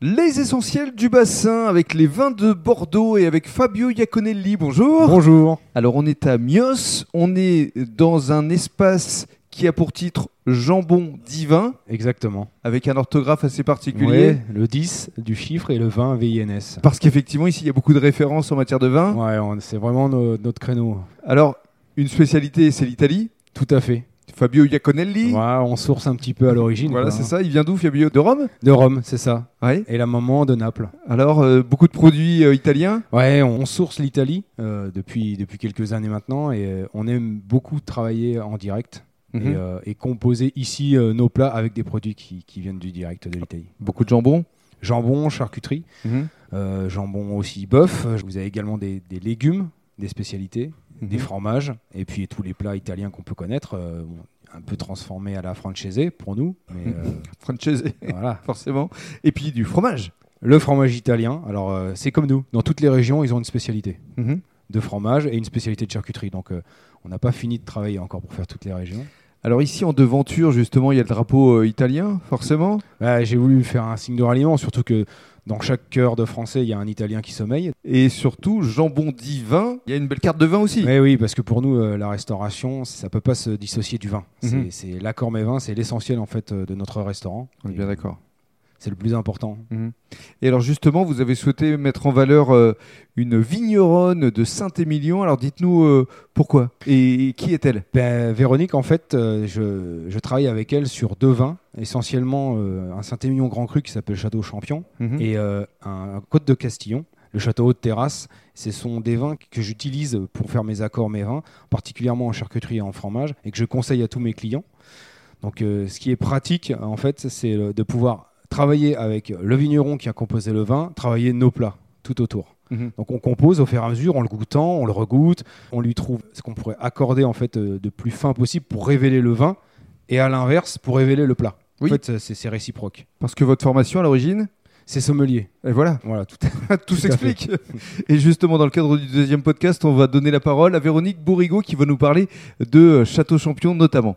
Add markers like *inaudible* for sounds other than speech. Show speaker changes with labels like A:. A: Les essentiels du bassin avec les vins de Bordeaux et avec Fabio Iaconelli. Bonjour.
B: Bonjour.
A: Alors on est à Mios, on est dans un espace qui a pour titre Jambon divin
B: Exactement.
A: avec un orthographe assez particulier.
B: Ouais, le 10 du chiffre et le 20 VINS.
A: Parce qu'effectivement ici il y a beaucoup de références en matière de vin.
B: Ouais, on- c'est vraiment no- notre créneau.
A: Alors une spécialité c'est l'Italie.
B: Tout à fait.
A: Fabio Iaconelli.
B: Ouais, on source un petit peu à l'origine.
A: Voilà
B: quoi,
A: c'est
B: hein.
A: ça. Il vient d'où Fabio De Rome.
B: De Rome, c'est ça.
A: Ouais.
B: Et la maman de Naples.
A: Alors euh, beaucoup de produits euh, italiens.
B: Ouais, on source l'Italie euh, depuis, depuis quelques années maintenant et euh, on aime beaucoup travailler en direct
A: Mhm.
B: et, euh, et composer ici euh, nos plats avec des produits qui, qui viennent du direct de l'Italie.
A: Beaucoup de jambon.
B: Jambon, charcuterie,
A: Mhm.
B: euh, jambon aussi bœuf. Vous avez également des- des légumes, des spécialités. des
A: Mhm.
B: fromages et puis tous les plats italiens qu'on peut connaître, euh, bon, un peu transformés à la francese pour nous. Mais
A: *laughs*
B: euh,
A: Francese,
B: voilà.
A: forcément. Et puis du fromage.
B: Le fromage italien, alors euh, c'est comme nous. Dans toutes les régions, ils ont une spécialité
A: Mhm.
B: de fromage et une spécialité de charcuterie. Donc euh, on n'a pas fini de travailler encore pour faire toutes les régions.
A: Alors ici en devanture justement il y a le drapeau euh, italien forcément.
B: Ouais, Bah, J'ai voulu faire un signe de ralliement, surtout que dans chaque cœur de Français, il y a un Italien qui sommeille.
A: Et surtout, jambon divin. Il y a une belle carte de vin aussi.
B: Mais oui, parce que pour nous, euh, la restauration, ça peut pas se dissocier du vin. C'est-
A: Mhm.
B: C'est l'accord mes vins, c'est l'essentiel en fait euh, de notre restaurant.
A: On est bien d'accord.
B: C'est le plus important.
A: Et alors justement, vous avez souhaité mettre en valeur euh, une vigneronne de Saint-Émilion. Alors dites-nous euh, pourquoi et, et qui est-elle
B: Ben, Véronique, en fait, euh, je, je travaille avec elle sur deux vins, essentiellement euh, un Saint-Émilion Grand Cru qui s'appelle Château Champion
A: Et
B: et euh, un Côte de Castillon, le Château Haute Terrasse. Ce sont des vins que j'utilise pour faire mes accords, mes vins, particulièrement en charcuterie et en fromage, et que je conseille à tous mes clients. Donc, euh, ce qui est pratique, en fait, c'est euh, de pouvoir travailler avec le vigneron qui a composé le vin, travailler nos plats tout autour.
A: Mhm.
B: Donc on compose au fur et à mesure, en le goûtant, on le regoute, on lui trouve ce qu'on pourrait accorder en fait euh, de plus fin possible pour révéler le vin, et à l'inverse pour révéler le plat.
A: Oui.
B: En fait, c'est- c'est c'est réciproque.
A: parce que votre formation à l'origine,
B: C'est sommelier.
A: et voilà, *laughs*
B: Voilà, tout
A: tout
B: Tout à fait.
A: s'explique. *laughs* Et justement, dans le cadre du deuxième podcast, on va donner la parole à Véronique Bourrigaud qui va nous parler de euh, Château Champion notamment.